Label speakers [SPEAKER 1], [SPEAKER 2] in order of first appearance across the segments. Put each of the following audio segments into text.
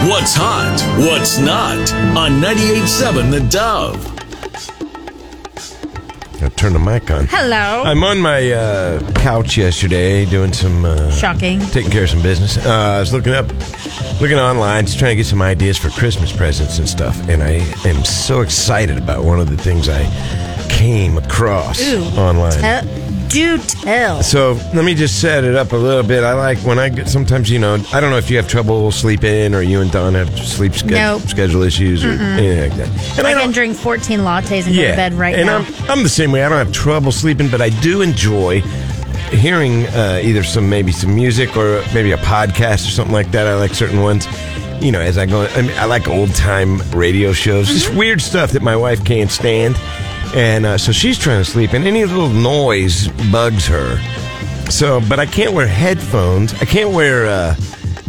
[SPEAKER 1] What's hot? What's not? On 98.7 The Dove.
[SPEAKER 2] Gotta turn the mic on.
[SPEAKER 3] Hello.
[SPEAKER 2] I'm on my uh, couch yesterday doing some uh,
[SPEAKER 3] Shocking.
[SPEAKER 2] taking care of some business. Uh, I was looking up, looking online, just trying to get some ideas for Christmas presents and stuff. And I am so excited about one of the things I came across
[SPEAKER 3] Ooh.
[SPEAKER 2] online.
[SPEAKER 3] Te- do tell.
[SPEAKER 2] So let me just set it up a little bit. I like when I get, sometimes, you know, I don't know if you have trouble sleeping or you and Don have sleep sched-
[SPEAKER 3] Nope.
[SPEAKER 2] schedule issues or anything like that. And
[SPEAKER 3] I
[SPEAKER 2] don't-
[SPEAKER 3] can drink 14 lattes and go to bed right
[SPEAKER 2] and
[SPEAKER 3] now.
[SPEAKER 2] I'm, I'm the same way. I don't have trouble sleeping, but I do enjoy hearing uh, either some maybe some music or maybe a podcast or something like that. I like certain ones. You know, as I go, I, mean, I like old time radio shows, just
[SPEAKER 3] Mm-hmm.
[SPEAKER 2] weird stuff that my wife can't stand. And uh, so she's trying to sleep, and any little noise bugs her. So, but I can't wear headphones. I can't wear uh,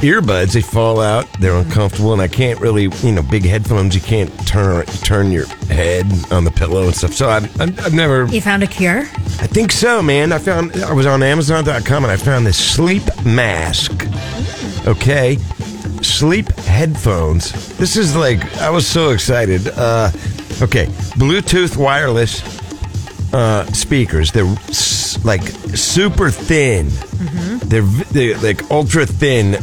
[SPEAKER 2] earbuds. They fall out. They're uncomfortable, and I can't really, you know, big headphones. You can't turn turn your head on the pillow and stuff. So I've, I've I've never.
[SPEAKER 3] you found a cure?
[SPEAKER 2] I think so, man. I found I was on Amazon.com and I found this sleep mask. Okay, sleep headphones. This is like I was so excited. Uh, okay, Bluetooth wireless uh, speakers. They're s- like super thin. They're, v- they're like ultra thin.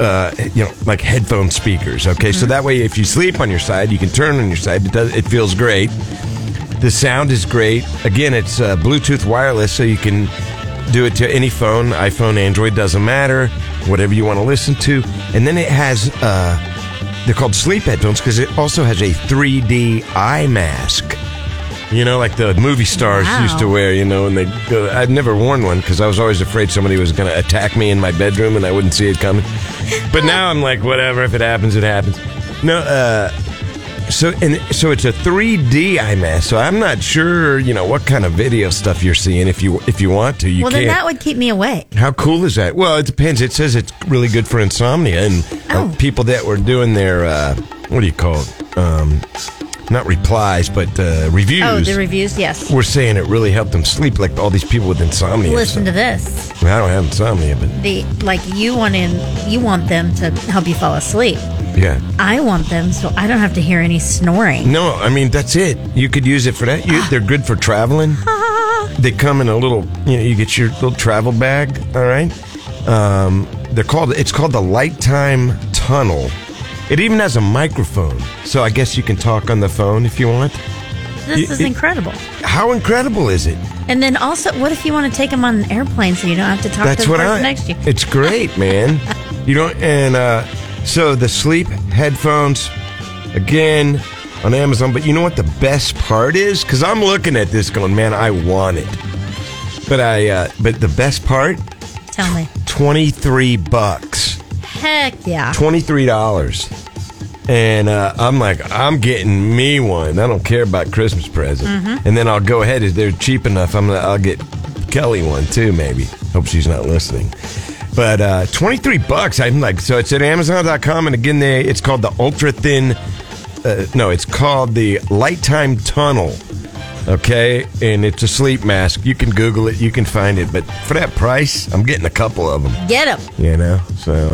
[SPEAKER 2] Uh, you know, like headphone speakers. Okay, so that way, if you sleep on your side, you can turn on your side. It does. It feels great. The sound is great. Again, it's uh, Bluetooth wireless, so you can do it to any phone, iPhone, Android, doesn't matter, whatever you want to listen to. And then it has, uh, they're called sleep headphones because it also has a 3D eye mask. You know, like the movie stars
[SPEAKER 3] Wow.
[SPEAKER 2] used to wear, you know, and they go. I've never worn one because I was always afraid somebody was going to attack me in my bedroom and I wouldn't see it coming. But now I'm like, whatever, if it happens, it happens. No, uh, so and so it's a 3D IMAX. So I'm not sure, you know, what kind of video stuff you're seeing. If you if you want to, you
[SPEAKER 3] well,
[SPEAKER 2] can.
[SPEAKER 3] then that would keep me awake.
[SPEAKER 2] How cool is that? Well, it depends. It says it's really good for insomnia and uh,
[SPEAKER 3] Oh.
[SPEAKER 2] people that were doing their uh, what do you call it? Um, not replies, but uh, reviews.
[SPEAKER 3] Oh, the reviews? Yes.
[SPEAKER 2] were saying it really helped them sleep. Like all these people with insomnia. and
[SPEAKER 3] Listen
[SPEAKER 2] stuff.
[SPEAKER 3] to this.
[SPEAKER 2] I, mean, I don't have insomnia, but
[SPEAKER 3] The like you want in you want them to help you fall asleep.
[SPEAKER 2] yeah.
[SPEAKER 3] I want them so I don't have to hear any snoring.
[SPEAKER 2] No, I mean that's it. You could use it for that. You, they're good for traveling.
[SPEAKER 3] Ah,
[SPEAKER 2] they come in a little you know you get your little travel bag all right um, they're called it's called the lighttime tunnel it even has a microphone so i guess you can talk on the phone if you want
[SPEAKER 3] this
[SPEAKER 2] Y-
[SPEAKER 3] is
[SPEAKER 2] y-
[SPEAKER 3] incredible.
[SPEAKER 2] how incredible is it
[SPEAKER 3] And then also, what if you want to take them on an airplane so you don't have to talk
[SPEAKER 2] that's
[SPEAKER 3] to the
[SPEAKER 2] what
[SPEAKER 3] person
[SPEAKER 2] i
[SPEAKER 3] next to you?
[SPEAKER 2] it's great man you don't and uh, so the sleep headphones again on amazon but you know what the best part is because i'm looking at this going man i want it but i uh, but the best part
[SPEAKER 3] Tell me.
[SPEAKER 2] 23 bucks
[SPEAKER 3] Heck yeah.
[SPEAKER 2] $23 and uh, i'm like i'm getting me one i don't care about christmas present and then i'll go ahead if they're cheap enough i'm gonna i'll get kelly one too maybe hope she's not listening but uh, 23 bucks i'm like so it's at amazon.com and again they it's called the ultra thin uh, no it's called the lighttime tunnel okay and it's a sleep mask you can google it you can find it but for that price i'm getting a couple of them
[SPEAKER 3] Get them.
[SPEAKER 2] you know so